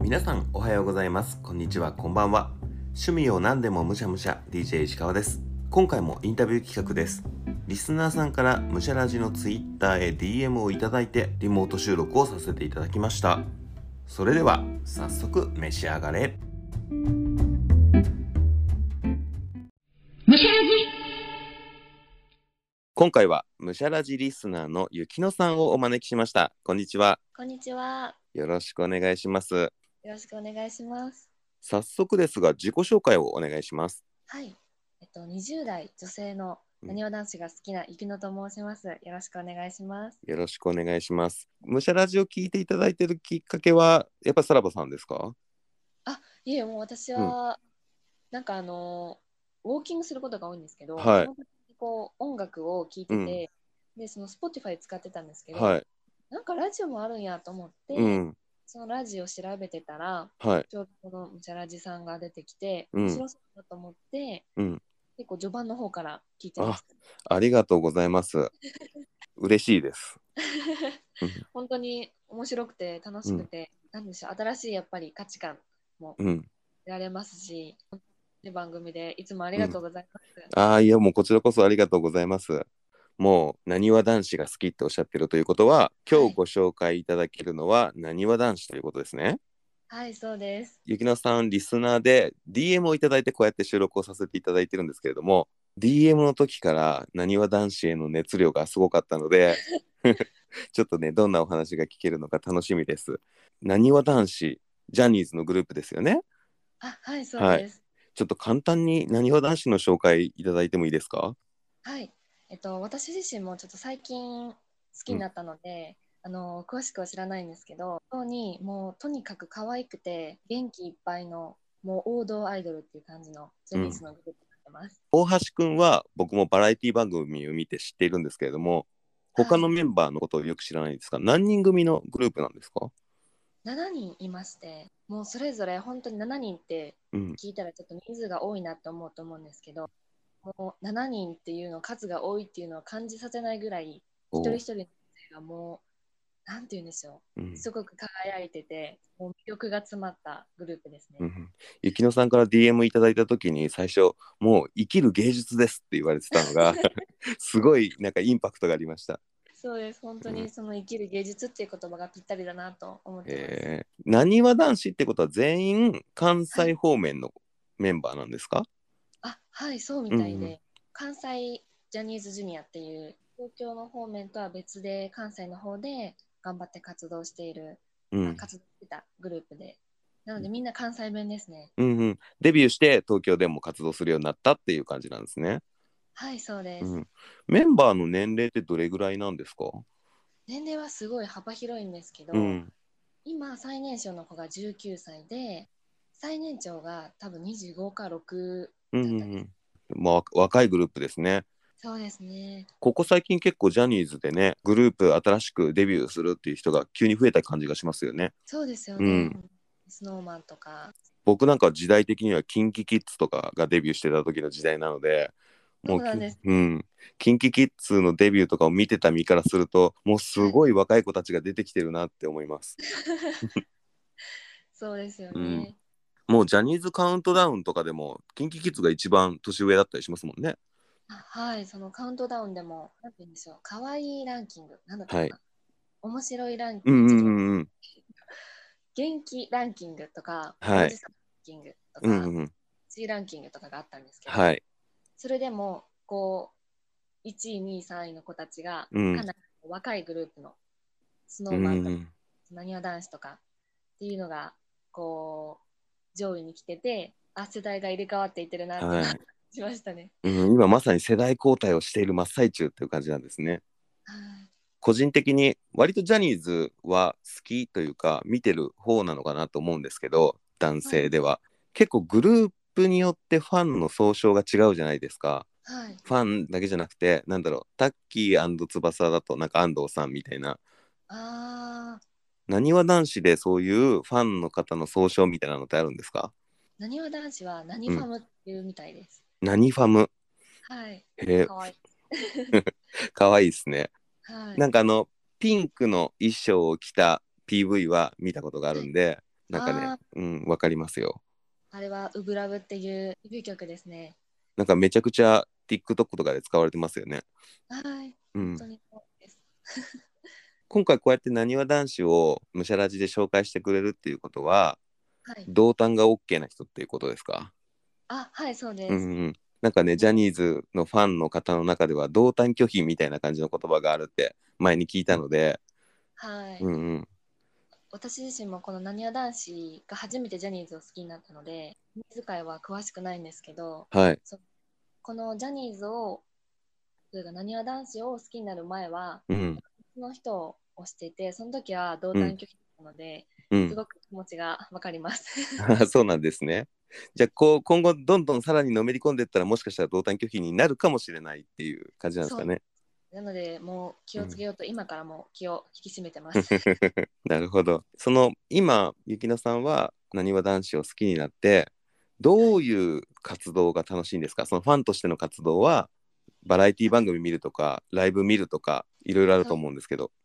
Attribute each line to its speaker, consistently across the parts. Speaker 1: 皆さんおはようございますこんにちはこんばんは趣味を何でもむしゃむしゃ DJ 石川です今回もインタビュー企画ですリスナーさんからむしゃラジの Twitter へ DM をいただいてリモート収録をさせていただきましたそれでは早速召し上がれ
Speaker 2: むしゃらじ
Speaker 1: 今回はむしゃラジリスナーのゆきのさんをお招きしましたこんにちは
Speaker 3: こんにちは。
Speaker 1: よろしくお願いします
Speaker 3: よろしくお願いします。
Speaker 1: 早速ですが自己紹介をお願いします
Speaker 3: はい。えっと、20代女性の
Speaker 1: うん
Speaker 3: なにわ男子が好きなゆきのと申します。よろしくお願いします。
Speaker 1: よろしくお願いします。武者ラジオ聞いていただいてるきっかけは、やっぱさらばさんですか。
Speaker 3: いえ、もう私は、なんかあの、ウォーキングすることが多いんですけど、
Speaker 1: はい
Speaker 3: その時にこう音楽を聴いてて、で、その Spotify 使ってたんですけど、
Speaker 1: はい。
Speaker 3: なんかラジオもあるんやと思って、
Speaker 1: うん。
Speaker 3: そのラジオ調べてたら、
Speaker 1: はい。
Speaker 3: ちょうどこのむちゃラジさんが出てきて、
Speaker 1: うん
Speaker 3: 面白そうだと思って、
Speaker 1: うん
Speaker 3: 結構序盤の方から聞いてました。
Speaker 1: ありがとうございます。嬉しいです。
Speaker 3: 本当に面白くて楽しくて、なんでしょう新しいやっぱり価値観も
Speaker 1: うん。
Speaker 3: 得られますし、で番組でいつもありがとうございます。
Speaker 1: ああ、いや、もうこちらこそありがとうございます。もう、なにわ男子が好きっておっしゃってるということは、今日ご紹介いただけるのは、なにわ男子ということですね。
Speaker 3: はい、そうです。
Speaker 1: ゆきなさん、リスナーで DM をいただいて、こうやって収録をさせていただいてるんですけれども、DM の時からなにわ男子への熱量がすごかったので、 ちょっとね、どんなお話が聞けるのか楽しみです。なにわ男子、ジャニーズのグループですよね。
Speaker 3: あ、はい、そうです。
Speaker 1: ちょっと簡単になにわ男子の紹介いただいてもいいですか
Speaker 3: はい、えっと私自身もちょっと最近好きになったので、あの詳しくは知らないんですけど、本当にもうとにかく可愛くて元気いっぱいのもう王道アイドルっていう感じのジャニーズのグループになってます。
Speaker 1: 大橋くんは僕もバラエティ番組を見て知っているんですけれども、他のメンバーのことをよく知らないですが、何人組のグループなんですか
Speaker 3: 7人いまして、もうそれぞれ本当に7人って
Speaker 1: うん。
Speaker 3: 聞いたらちょっと人数が多いなって思うと思うんですけどもう7人っていうの数が多いっていうのを感じさせないぐらい一
Speaker 1: お
Speaker 3: 人一人の女性がもうなんて言うんでしょ
Speaker 1: うん
Speaker 3: うすごく輝いててもう魅力が詰まったグループですね、
Speaker 1: うんゆきのさんから DM いただいた時に最初「もう生きる芸術です」って言われてたの がすごいなんかインパクトがありました。
Speaker 3: そうです本当にその生きる芸術っていう言葉がぴったりだなと思ってます、
Speaker 1: えー、なにわ男子ってことは全員関西方面のメンバーなんですか、
Speaker 3: あはいそうみた
Speaker 1: う
Speaker 3: いで、
Speaker 1: んうん
Speaker 3: 関西ジャニーズジュニアっていう東京の方面とは別で関西の方で頑張って活動している
Speaker 1: うん
Speaker 3: 活動してたグループで。なのでみんな関西弁ですね。
Speaker 1: うんうん、デビューして東京でも活動するようになったっていう感じなんですね。
Speaker 3: はい、そうです。
Speaker 1: うん、メンバーの年齢ってどれぐらいなんですか、
Speaker 3: 年齢はすごい幅広いんですけど、
Speaker 1: うん、
Speaker 3: 今最年少の子が19歳で、最年長が多分25か6。
Speaker 1: うんうんうんまあわ若いグループですね。
Speaker 3: そうですね。
Speaker 1: ここ最近結構ジャニーズでねグループ新しくデビューするっていう人が急に増えた感じがしますよね。
Speaker 3: そうですよね。
Speaker 1: う
Speaker 3: スノーマンとか。
Speaker 1: 僕なんか時代的には KinKiKids とかがデビューしてた時の時代なので
Speaker 3: そうなんです
Speaker 1: うん、KinKiKids のデビューとかを見てた身からするともうすごい若い子たちが出てきてるなって思います
Speaker 3: そうですよね。
Speaker 1: うんもうジャニーズカウントダウンとかでも KinKiKids が一番年上だったりしますもんね
Speaker 3: あはい、そのカウントダウンでも、なんて言うんでしょう。可愛いランキング。なんだったかな。
Speaker 1: はい
Speaker 3: 面白いランキ
Speaker 1: うん
Speaker 3: ング。
Speaker 1: うんうんうん
Speaker 3: 元気ランキングとか、
Speaker 1: はい
Speaker 3: おじさんランキングとか、
Speaker 1: うんうんうん
Speaker 3: 1位ランキングとかがあったんですけど、
Speaker 1: はい
Speaker 3: それでもこう1位2位3位の子たちが
Speaker 1: うん
Speaker 3: かなり若いグループのスノ
Speaker 1: う
Speaker 3: ー
Speaker 1: ん
Speaker 3: マ
Speaker 1: う
Speaker 3: ンとか
Speaker 1: ん
Speaker 3: なにわ男子とかっていうのがこう上位に来ててあ世代が入れ替わっていってるなって
Speaker 1: はい
Speaker 3: 感じましたね。
Speaker 1: うん今まさに世代交代をしている真っ最中っていう感じなんですね
Speaker 3: はい
Speaker 1: 個人的に割とジャニーズは好きというか見てる方なのかなと思うんですけど男性では、結構グループによってファンの総称が違うじゃないですか
Speaker 3: はい、
Speaker 1: ファンだけじゃなくてなんだろうタッキー翼だとなんか安藤さんみたいな
Speaker 3: あー
Speaker 1: なにわ男子でそういうファンの方の総称みたいなのってあるんですか
Speaker 3: なにわ男子は何ファムっていうみたいです。
Speaker 1: 何ファム
Speaker 3: はい、
Speaker 1: へ
Speaker 3: かわいい。
Speaker 1: えかわいいですね
Speaker 3: はい、
Speaker 1: なんかあのピンクの衣装を着た PV は見たことがあるんで、なんかね、うん、わかりますよ。
Speaker 3: あれは「ウブラブ」っていうデビュー曲ですね。
Speaker 1: なんかめちゃくちゃ TikTok とかで使われてますよね。
Speaker 3: はい、
Speaker 1: う
Speaker 3: 本
Speaker 1: ん
Speaker 3: 当、にそうです。
Speaker 1: 今回こうやってなにわ男子をむしゃらじで紹介してくれるっていうことは
Speaker 3: はい、
Speaker 1: 同担が OK な人っていうことですか、
Speaker 3: あはいそうです。
Speaker 1: うんうん、なんかねジャニーズのファンの方の中では同担拒否みたいな感じの言葉があるって前に聞いたので、
Speaker 3: はい、
Speaker 1: うんうん、
Speaker 3: 私自身もこのなにわ男子が初めてジャニーズを好きになったので自らは詳しくないんですけど
Speaker 1: はい
Speaker 3: このジャニーズをというかなにわ男子を好きになる前は
Speaker 1: うん
Speaker 3: 別の人を推していてその時は同担拒否なので、
Speaker 1: う
Speaker 3: す
Speaker 1: ん、
Speaker 3: ごく気持ちがわかります。
Speaker 1: そうなんですねじゃあこう今後どんどんさらにのめり込んでいったらもしかしたら同担拒否になるかもしれないっていう感じなんですかね
Speaker 3: なのでもう気をつけようと、今からもう気を引き締めてます。
Speaker 1: なるほどその今ゆきのさんはなにわ男子を好きになってどういう活動が楽しいんですかそのファンとしての活動はバラエティ番組見るとかライブ見るとかいろいろあると思うんですけど、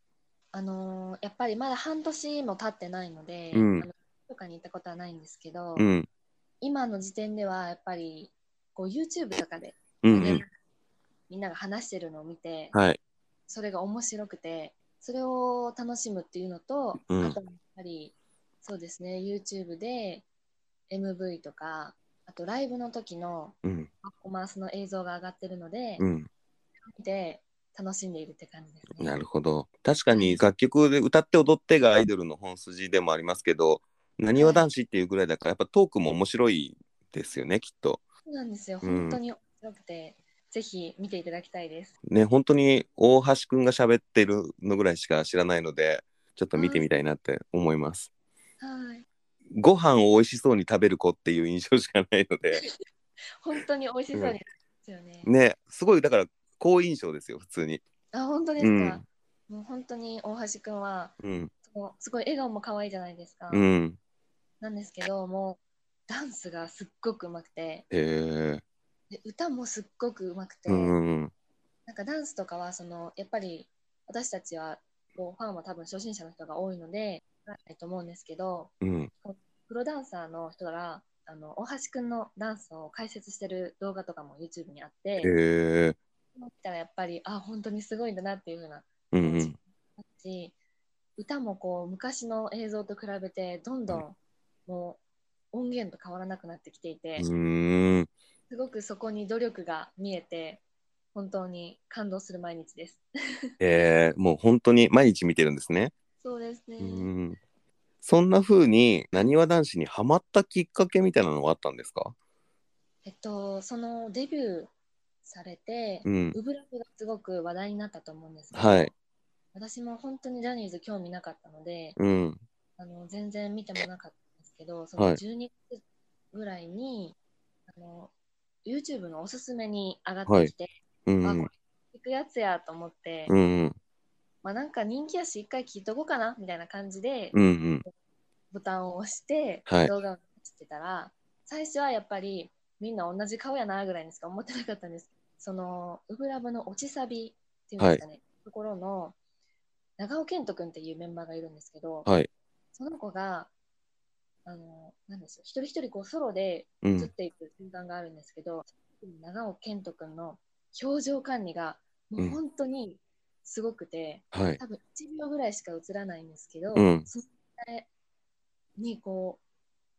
Speaker 3: あのーやっぱりまだ半年も経ってないので、
Speaker 1: うん
Speaker 3: あのとかに行ったことはないんですけど、
Speaker 1: うん、
Speaker 3: 今の時点ではやっぱりこう YouTube とかで、
Speaker 1: うんう
Speaker 3: みん
Speaker 1: ん
Speaker 3: なみんなが話してるのを見て、
Speaker 1: はい
Speaker 3: それが面白くてそれを楽しむっていうのと、
Speaker 1: うん
Speaker 3: あとやっぱりそうですね YouTube で MV とかあとライブの時の
Speaker 1: うん
Speaker 3: パフォーマンスの映像が上がってるので、
Speaker 1: うん
Speaker 3: 見て楽しんでいるって感じですね。
Speaker 1: なるほど確かに楽曲で歌って踊ってがアイドルの本筋でもありますけどなにわ男子っていうぐらいだからやっぱトークも面白いですよねきっと
Speaker 3: そうなんですよ
Speaker 1: うん
Speaker 3: 本当に面白くて、ぜひ見ていただきたいです。
Speaker 1: ね本当に大橋くんが喋ってるのぐらいしか知らないのでちょっと見てみたいなって思います、
Speaker 3: はい。
Speaker 1: ご飯を美味しそうに食べる子っていう印象しかないの で
Speaker 3: 本当に美味しそうになりますよね。
Speaker 1: ねすごいだから好印象ですよ普通に
Speaker 3: あ、本当ですか。もう本当に大橋くんは、
Speaker 1: うん
Speaker 3: そのすごい笑顔も可愛いじゃないですか。
Speaker 1: うん
Speaker 3: なんですけど、もうダンスがすっごく上手くて、
Speaker 1: へえ
Speaker 3: で歌もすっごく上手くて、
Speaker 1: うんうん
Speaker 3: なんかダンスとかはそのやっぱり私たちはこうファンは多分初心者の人が多いので、ないと思うんですけど、
Speaker 1: うん
Speaker 3: プロダンサーの人があの大橋くんのダンスを解説してる動画とかも YouTube にあって、
Speaker 1: へえ
Speaker 3: 見たらやっぱりあ本当にすごいんだなっていうふうな
Speaker 1: うん
Speaker 3: 感
Speaker 1: う
Speaker 3: じ
Speaker 1: ん
Speaker 3: もあるし、歌もこう昔の映像と比べてどんどんもう音源と変わらなくなってきていて、
Speaker 1: うーん
Speaker 3: すごくそこに努力が見えて本当に感動する毎日です。
Speaker 1: えー、もう本当に毎日見てるんですね。
Speaker 3: そうですね。
Speaker 1: うんそんな風になにわ男子にハマったきっかけみたいなのはあったんですか？
Speaker 3: えっとそのデビューされて、
Speaker 1: うん
Speaker 3: ウブラブがすごく話題になったと思うんですけど、
Speaker 1: はい
Speaker 3: 私も本当にジャニーズ興味なかったので
Speaker 1: うん
Speaker 3: あの全然見てもなかったんですけどそ
Speaker 1: はい
Speaker 3: の12月ぐらいに、あの YouTube のおすすめに上がってきて、
Speaker 1: うんう
Speaker 3: あこ
Speaker 1: ん
Speaker 3: れ聞くやつやと思って、
Speaker 1: うんうん
Speaker 3: まあ、なんか人気やし一回聞いとこうかなみたいな感じで
Speaker 1: うんうん
Speaker 3: ボタンを押して
Speaker 1: はい
Speaker 3: 動画を見てたら、最初はやっぱりみんな同じ顔やなぐらいにしか思ってなかったんですそのウブラブの落ちサビっていうんですかね、ところの長尾健人君っていうメンバーがいるんですけど、
Speaker 1: はい
Speaker 3: その子があのなんでしょう一人一人こうソロで
Speaker 1: う
Speaker 3: 映っ
Speaker 1: ん
Speaker 3: ていく瞬間があるんですけど、長尾健人君の表情管理がもう本当にすごくて、
Speaker 1: はい
Speaker 3: 多分1秒ぐらいしか映らないんですけど、
Speaker 1: うん
Speaker 3: そのぐらいにこう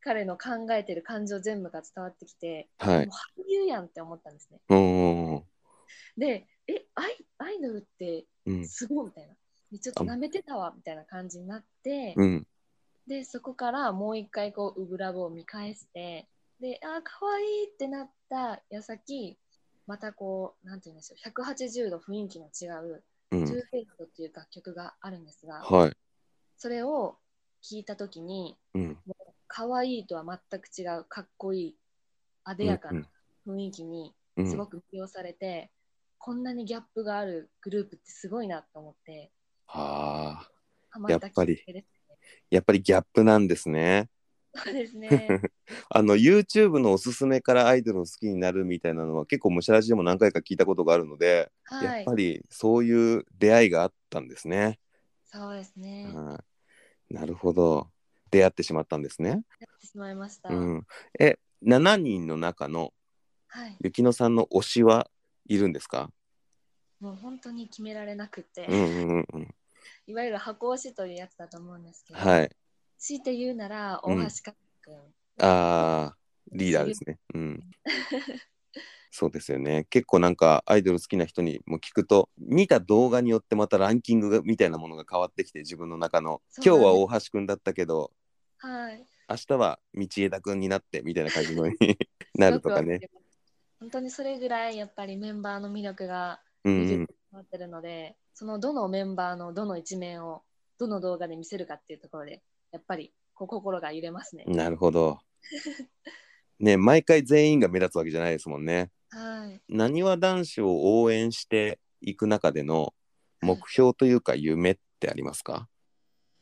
Speaker 3: 彼の考えてる感情全部が伝わってきて、
Speaker 1: はい
Speaker 3: もう俳優やんって思ったんですね。
Speaker 1: おー
Speaker 3: で、え、アイアイドルって
Speaker 1: うん
Speaker 3: すごいみたいな。でちょっと舐めてたわみたいな感じになって、
Speaker 1: うん
Speaker 3: で、そこからもう一回こう、ウブラブを見返して、で、あー、可愛いってなった矢先、またこう、なんて言うんでしょう、180度雰囲気の違う、
Speaker 1: う
Speaker 3: トゥー
Speaker 1: ん
Speaker 3: フェイトっていう楽曲があるんですが、
Speaker 1: はい
Speaker 3: それを聞いたときに、
Speaker 1: うん
Speaker 3: 可愛いとは全く違う、かっこいい、あで
Speaker 1: う
Speaker 3: や
Speaker 1: ん
Speaker 3: かな雰囲気に
Speaker 1: うん
Speaker 3: すごく魅了されて、こんなにギャップがあるグループってすごいなと思って、
Speaker 1: はあ
Speaker 3: ハマったきっかけです。
Speaker 1: やっぱりギャップなんですね。
Speaker 3: そうですね。
Speaker 1: あの YouTube のおすすめからアイドルを好きになるみたいなのは結構むしゃらじでも何回か聞いたことがあるので、
Speaker 3: は
Speaker 1: やっ
Speaker 3: い
Speaker 1: ぱ。りそういう出会いがあったんですね。
Speaker 3: そうですね。
Speaker 1: はいなるほど。出会ってしまったんですね。
Speaker 3: やってしまいました。
Speaker 1: うん、え7人の中の
Speaker 3: はい。
Speaker 1: ゆきのさんの推しはいるんですか、
Speaker 3: もう本当に決められなくて、
Speaker 1: うんうんうんうん、
Speaker 3: いわゆる箱推しというやつだと思うんですけど、
Speaker 1: はい
Speaker 3: 強いて言うなら
Speaker 1: う
Speaker 3: 大
Speaker 1: ん
Speaker 3: 橋か君、
Speaker 1: あーリーダーですね。 うん、そうですよね結構なんかアイドル好きな人にも聞くと見た動画によってまたランキングがみたいなものが変わってきて自分の中の
Speaker 3: そうなん
Speaker 1: 今
Speaker 3: です
Speaker 1: 日は大橋くんだったけど
Speaker 3: はい。
Speaker 1: 明日は道枝くんになってみたいな感じのに なるとかね
Speaker 3: す。ごくわります。本当にそれぐらいやっぱりメンバーの魅力が
Speaker 1: うんう
Speaker 3: 見
Speaker 1: ん
Speaker 3: るなってるので、そのどのメンバーのどの一面をどの動画で見せるかっていうところでやっぱりこう心が揺れますね。
Speaker 1: なるほど。ね毎回全員が目立つわけじゃないですもんね。
Speaker 3: はい。
Speaker 1: なにわ男子を応援していく中での目標というか夢ってありますか、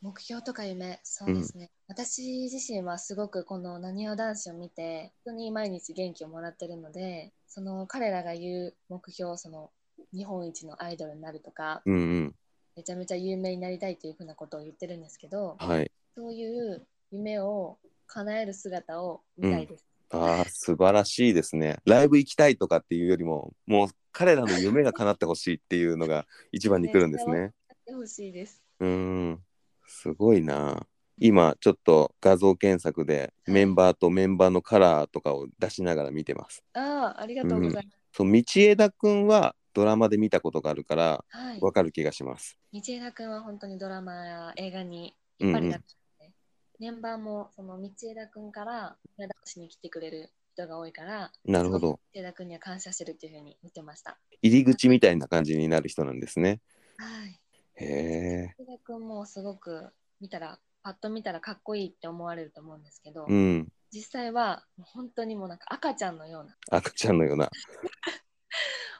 Speaker 3: 目標とか夢そうですね、私自身はすごくこのなにわ男子を見て本当に毎日元気をもらってるのでその彼らが言う目標その日本一のアイドルになるとか
Speaker 1: うんうん
Speaker 3: めちゃめちゃ有名になりたいというふうなことを言ってるんですけど
Speaker 1: はい。
Speaker 3: そういう夢を叶える姿を見たいです、
Speaker 1: ああ素晴らしいですね。ライブ行きたいとかっていうよりももう彼らの夢が叶ってほしいっていうのが一番に来るんですね。
Speaker 3: やってほしいです
Speaker 1: うーんすごいな。今ちょっと画像検索でメンバーとメンバーのカラーとかを出しながら見てます。
Speaker 3: ああありがとうございます、
Speaker 1: そう道枝くんはドラマで見たことがあるから
Speaker 3: はい
Speaker 1: わかる気がします。
Speaker 3: 道枝君は本当にドラマや映画に
Speaker 1: うんうん
Speaker 3: 引っ張りだったので、メンバーもその道枝君から船田しに来てくれる人が多いから、
Speaker 1: なるほ
Speaker 3: すご
Speaker 1: ど
Speaker 3: く。道枝君には感謝してるっていうふうに見てました。
Speaker 1: 入り口みたいな感じになる人なんですね。
Speaker 3: はい。
Speaker 1: へえ。
Speaker 3: 道枝君もすごく見たら、パッと見たらかっこいいって思われると思うんですけど、
Speaker 1: うん。
Speaker 3: 実際はもう本当にもうなんか赤ちゃんのような、
Speaker 1: 赤ちゃんのような。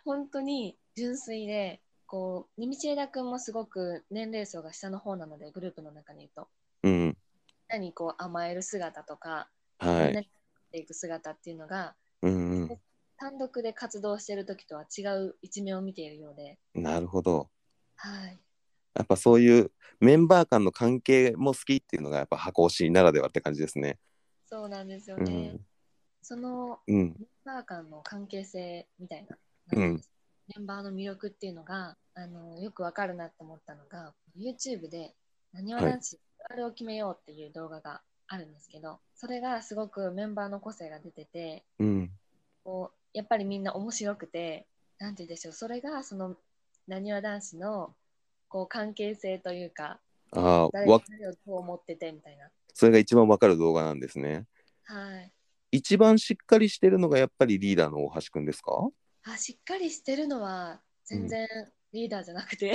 Speaker 3: 本当に純粋で、こう、道枝君もすごく年齢層が下の方なので、グループの中にいると、
Speaker 1: うん。
Speaker 3: みんなにこう甘える姿とか、
Speaker 1: は。
Speaker 3: みんな いにっていく姿っていうのが
Speaker 1: うんう
Speaker 3: 単独で活動してる時とは違う一面を見ているようで、
Speaker 1: ん。なるほど。
Speaker 3: はい、
Speaker 1: やっぱそういうメンバー間の関係も好きっていうのがやっぱ箱推しならではって感じですね。
Speaker 3: そうなんですよ
Speaker 1: う
Speaker 3: ね。
Speaker 1: ん。
Speaker 3: その
Speaker 1: うん。
Speaker 3: メンバー間の関係性みたいな、
Speaker 1: うん
Speaker 3: メンバーの魅力っていうのがあのよくわかるなって思ったのが YouTube で「なにわ男子あれを決めよう」っていう動画があるんですけどそれがすごくメンバーの個性が出てて
Speaker 1: うん。
Speaker 3: こうやっぱりみんな面白くてなんて言うんでしょうそれがそのなにわ男子のこう関係性というか
Speaker 1: ああ、
Speaker 3: 誰
Speaker 1: わ
Speaker 3: が、誰をどう思っててみたいな
Speaker 1: それが一番わかる動画なんですね。
Speaker 3: はい
Speaker 1: 一番しっかりしてるのがやっぱりリーダーの大橋くんですか
Speaker 3: あしっかりしてるのは全然リーダーじゃなくて、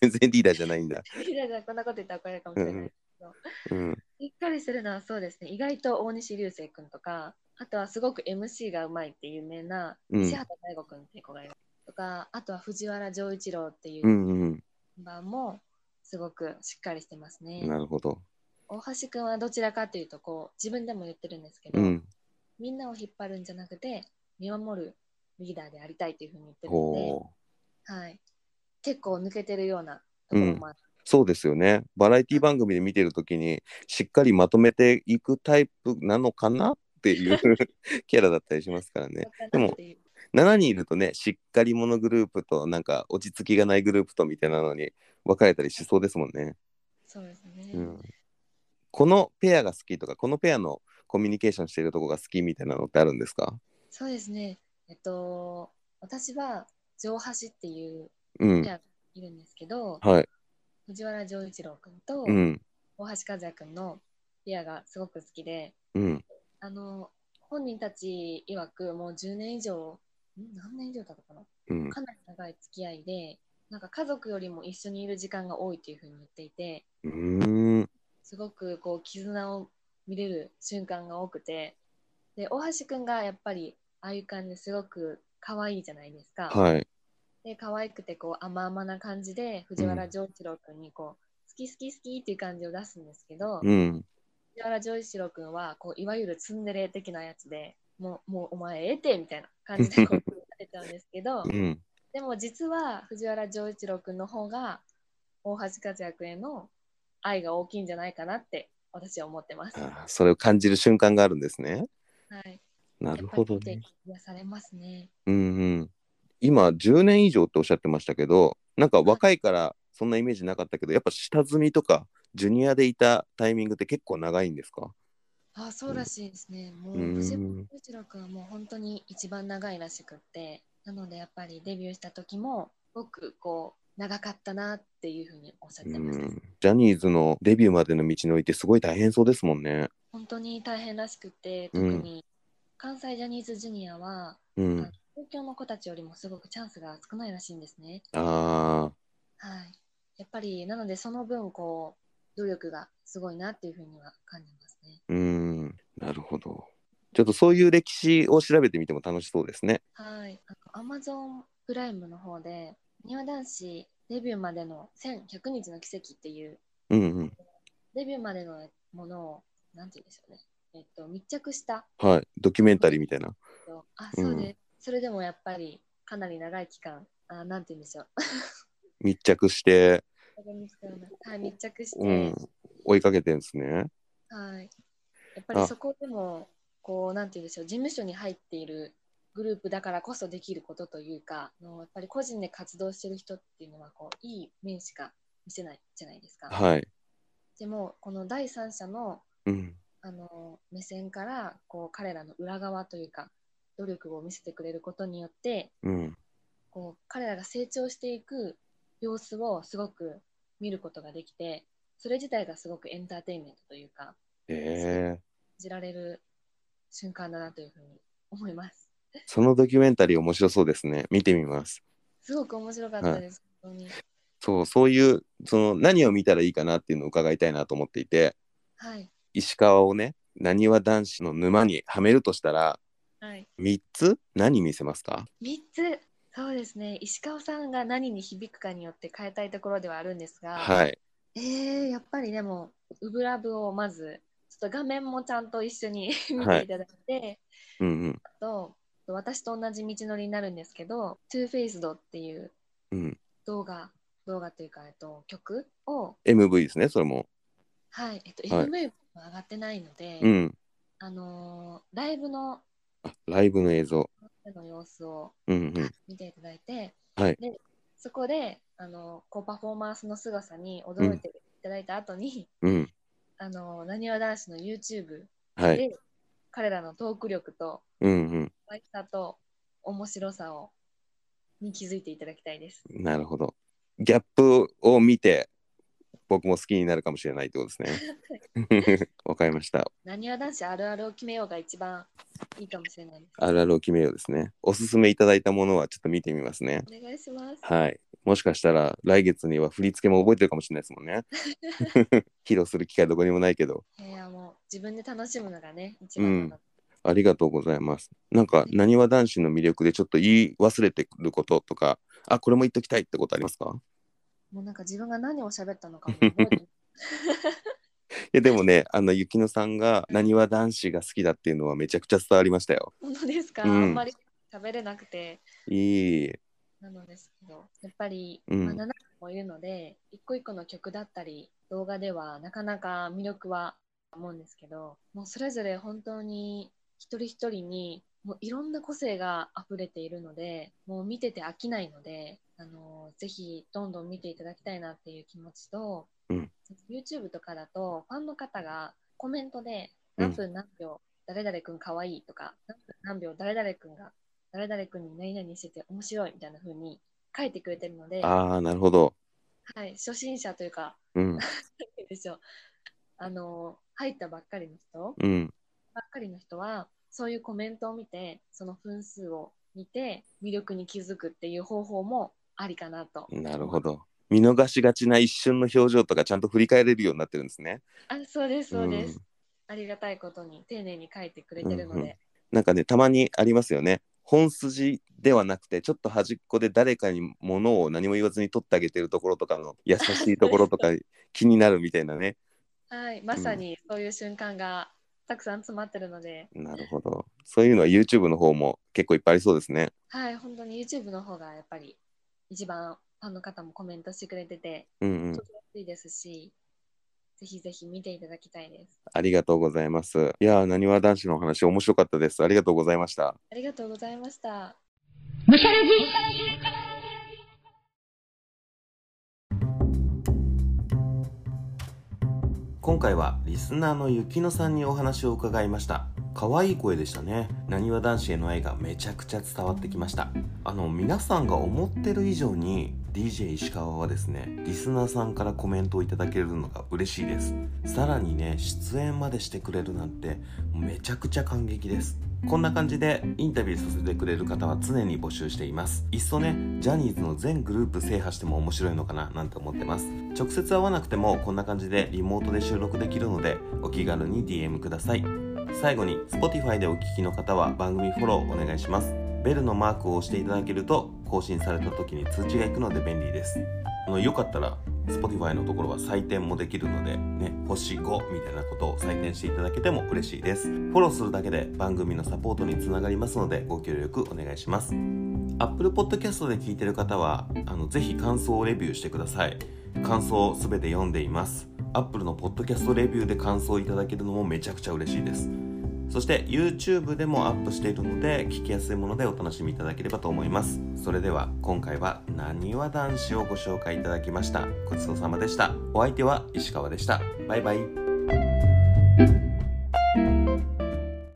Speaker 1: 全然リーダーじゃないんだ。
Speaker 3: リーダーじゃこんなこと言ったら怒られるかもしれない、
Speaker 1: うんうん。
Speaker 3: しっかりしてるのはそうですね意外と大西流星君とかあとはすごく MC がうまいっていう有名な
Speaker 1: うん
Speaker 3: 西畑大吾君っていう子がいるとかあとは藤原丈一郎っていう
Speaker 1: う
Speaker 3: メ
Speaker 1: んうん。
Speaker 3: ンバーもすごくしっかりしてますね、
Speaker 1: なるほど。
Speaker 3: 大橋くんはどちらかというとこう自分でも言ってるんですけど、
Speaker 1: うん。
Speaker 3: みんなを引っ張るんじゃなくて見守るリーダーでありたいというふうに言ってるので、
Speaker 1: ほう。
Speaker 3: はい、結構抜けてるようなところもある、
Speaker 1: そうですよね。バラエティ番組で見てるときにしっかりまとめていくタイプなのかなって いうキャラだったりしますからね。
Speaker 3: そうかなっていう
Speaker 1: 7人いるとねしっかり者グループとなんか落ち着きがないグループとみたいなのに分かれたりしそうですもんね。
Speaker 3: そうですね、
Speaker 1: うん、このペアが好きとかこのペアのコミュニケーションしてるとこが好きみたいなのってあるんですか
Speaker 3: そうですねえっと私は上橋っていう
Speaker 1: うん
Speaker 3: ペアがいるんですけど、
Speaker 1: はい。
Speaker 3: 藤原丈一郎君と
Speaker 1: うん
Speaker 3: 大橋和也君のペアがすごく好きで、
Speaker 1: うん
Speaker 3: あの本人たち曰くもう10年以上ん何年以上だったかな
Speaker 1: うん
Speaker 3: かなり長い付き合いでなんか家族よりも一緒にいる時間が多いというふうに言っていて
Speaker 1: うーん
Speaker 3: すごくこう絆を見れる瞬間が多くてで大橋くんがやっぱりああいう感じですごく可愛いじゃないですか、
Speaker 1: はい。
Speaker 3: で可愛くてこう甘々な感じで藤原丈一郎くんにこう好き好き好きっていう感じを出すんですけど、
Speaker 1: うん
Speaker 3: 藤原丈一郎君はこういわゆるツンデレ的なやつでもうもうお前ええてみたいな感じでこう言われちゃうんですけど
Speaker 1: うん
Speaker 3: でも実は藤原丈一郎君の方が大橋和也君への愛が大きいんじゃないかなって私は思ってます。は
Speaker 1: あーそれを感じる瞬間があるんですね。
Speaker 3: い。
Speaker 1: なるほどね。
Speaker 3: 癒されますね。
Speaker 1: うんうん、今10年以上っておっしゃってましたけどなんか若いからそんなイメージなかったけどやっぱ下積みとかジュニアでいたタイミングって結構長いんですか
Speaker 3: あ、そうらしいですね。もう、
Speaker 1: うん
Speaker 3: 藤本裕一郎君はもう本当に一番長いらしくって、なのでやっぱりデビューした時も、すごくこう、長かったなっていうふうにおっしゃっ
Speaker 1: う
Speaker 3: てました。
Speaker 1: んジャニーズのデビューまでの道のりってすごい大変そうですもんね。
Speaker 3: 本当に大変らしくって、
Speaker 1: う
Speaker 3: 特
Speaker 1: ん
Speaker 3: に関西ジャニーズジュニアは、
Speaker 1: うん、
Speaker 3: 東京の子たちよりもすごくチャンスが少ないらしいんですね。
Speaker 1: あ
Speaker 3: はい。やっぱり、なのでその分、こう、努力がすごいなっていうふうには感じますね。
Speaker 1: ーうんなるほど。ちょっとそういう歴史を調べてみても楽しそうですね。
Speaker 3: はい。アマゾンプライムの方で、にわ男子デビューまでの1100日の奇跡っていう、
Speaker 1: うんうん、
Speaker 3: デビューまでのものを、なんて言うんでしょうね。えっと、密着した
Speaker 1: はいドキュメンタリーみたいな。
Speaker 3: と。あ、
Speaker 1: うん
Speaker 3: そうです。それでもやっぱり、かなり長い期間、あなんて言うんでしょう。
Speaker 1: 密着して、
Speaker 3: はい、密着して、
Speaker 1: うん、追いかけてるんですね。
Speaker 3: はい。やっぱ
Speaker 1: あ
Speaker 3: りそこでも、こう、なんて言うんでしょう、事務所に入っているグループだからこそできることというか、あのやっぱり個人で活動してる人っていうのは、こう、いい面しか見せないじゃないですか。
Speaker 1: はい。
Speaker 3: でも、この第三者の、
Speaker 1: うん
Speaker 3: あの、目線から、こう、彼らの裏側というか、努力を見せてくれることによって、
Speaker 1: うん
Speaker 3: こう、彼らが成長していく様子をすごく見ることができて、それ自体がすごくエンターテインメントというか、
Speaker 1: え
Speaker 3: 感じられる瞬間だなというふうに思います。
Speaker 1: ー、そのドキュメンタリー面白そうですね見てみます
Speaker 3: すごく面白かったです。本当に。
Speaker 1: そうそういうその何を見たらいいかなっていうのを伺いたいなと思っていて
Speaker 3: はい。
Speaker 1: 石川をねなにわ男子の沼にはめるとしたら
Speaker 3: はい。
Speaker 1: 3つ何見せますか
Speaker 3: 三つ。そうですね。石川さんが何に響くかによって変えたいところではあるんですが。
Speaker 1: はい
Speaker 3: えー、やっぱりでも、ウブラブをまず、ちょっと画面もちゃんと一緒に 見ていただいて、
Speaker 1: うんうん
Speaker 3: あと、私と同じ道のりになるんですけど、トゥーフェイスドっていう
Speaker 1: うん
Speaker 3: 動画、動画というか、えっと、曲を、
Speaker 1: MV ですねそれも
Speaker 3: はい、えっと、
Speaker 1: はい
Speaker 3: MV も上がってないので、
Speaker 1: うん
Speaker 3: あのーライブの
Speaker 1: あライブの映像
Speaker 3: の様子を
Speaker 1: うんうん
Speaker 3: 見ていただいて、
Speaker 1: はい
Speaker 3: でそこで、あのこうパフォーマンスの姿に驚いていただいた後に、
Speaker 1: うん
Speaker 3: あのなにわ男子の YouTube
Speaker 1: はい
Speaker 3: 彼らのトーク力と
Speaker 1: うんうん
Speaker 3: 可愛さと面白さをに気づいていただきたいです。
Speaker 1: なるほどギャップを見て僕も好きになるかもしれないってことですね わかりました
Speaker 3: なにわ男子あるあるを決めようが一番いいかもしれないです。
Speaker 1: あるあるを決めようですね。おすすめいただいたものはちょっと見てみますね。
Speaker 3: お願いします。
Speaker 1: はい。もしかしたら来月には振り付けも覚えてるかもしれないですもんね。披露する機会どこにもないけど。
Speaker 3: いやもう自分で楽しむのがね一番なの
Speaker 1: ありがとうございます。なんか、なにわ男子の魅力でちょっと言い忘れてることとか、あ、これも言っときたいってことありますか
Speaker 3: もうなんか自分が何を喋ったのかも覚えてない
Speaker 1: いや、でもね、あの、ゆきのさんがなにわ男子が好きだっていうのはめちゃくちゃ伝わりましたよ。
Speaker 3: 本当ですか、
Speaker 1: うん
Speaker 3: あんまり喋れなくて
Speaker 1: いい。
Speaker 3: なのですけど、やっぱり、
Speaker 1: うん
Speaker 3: まあ、7人もいるので、一個一個の曲だったり、動画ではなかなか魅力は思うんですけど、もうそれぞれ本当に一人一人に、もういろんな個性が溢れているので、もう見てて飽きないので、あのぜひどんどん見ていただきたいなっていう気持ちと、
Speaker 1: うん
Speaker 3: YouTube とかだと、ファンの方がコメントで、
Speaker 1: うん
Speaker 3: 何分何秒、誰々くんかわいいとか、何分何秒、誰々くんが誰々君に何々してて面白いみたいな風に書いてくれてるので、は
Speaker 1: ああ、なるほど。
Speaker 3: い、初心者というか、
Speaker 1: うん、
Speaker 3: なんでしょうあの入ったばっかりの人
Speaker 1: うん、
Speaker 3: ばっかりの人はそういうコメントを見てその分数を見て魅力に気づくっていう方法もありかなと
Speaker 1: なるほど。見逃しがちな一瞬の表情とかちゃんと振り返れるようになってるんですね。
Speaker 3: あそうですそうです、
Speaker 1: うん
Speaker 3: ありがたいことに丁寧に書いてくれてるの
Speaker 1: うんうん
Speaker 3: で、
Speaker 1: なんかねたまにありますよね本筋ではなくてちょっと端っこで誰かに物を何も言わずに取ってあげてるところとかの優しいところとか気になるみたいなね
Speaker 3: はい、まさにそういう瞬間がたくさん詰まってるので、
Speaker 1: なるほどそういうのは YouTube の方も結構いっぱいありそうですね
Speaker 3: はい、本当に YouTube の方がやっぱり一番ファンの方もコメントしてくれてて
Speaker 1: うんうん
Speaker 3: 届きやすいですし、ぜひぜひ見ていただきたいです。
Speaker 1: ありがとうございます。いやー、なにわ男子のお話面白かったです。ありがとうございました。
Speaker 3: ありがとうございました。
Speaker 2: むしゃらじ
Speaker 1: 今回はリスナーのゆきのさんにお話を伺いました可愛い声でしたねなにわ男子への愛がめちゃくちゃ伝わってきましたあの皆さんが思ってる以上に DJ 石川はですねリスナーさんからコメントをいただけるのが嬉しいですさらにね出演までしてくれるなんてめちゃくちゃ感激ですこんな感じでインタビューさせてくれる方は常に募集していますいっそねジャニーズの全グループ制覇しても面白いのかななんて思ってます直接会わなくてもこんな感じでリモートで収録できるのでお気軽に DM ください最後に Spotify でお聞きの方は番組フォローお願いしますベルのマークを押していただけると更新された時に通知がいくので便利ですあのよかったら Spotify のところは採点もできるので、ね、星5みたいなことを採点していただけても嬉しいですフォローするだけで番組のサポートにつながりますのでご協力お願いします Apple Podcast で聞いてる方はあのぜひ感想をレビューしてください感想をすべて読んでいますアップルのポッドキャストレビューで感想いただけるのもめちゃくちゃ嬉しいですそして YouTube でもアップしているので聞きやすいものでお楽しみいただければと思いますそれでは今回はなにわ男子をご紹介いただきましたごちそうさまでしたお相手は石川でしたバイバイ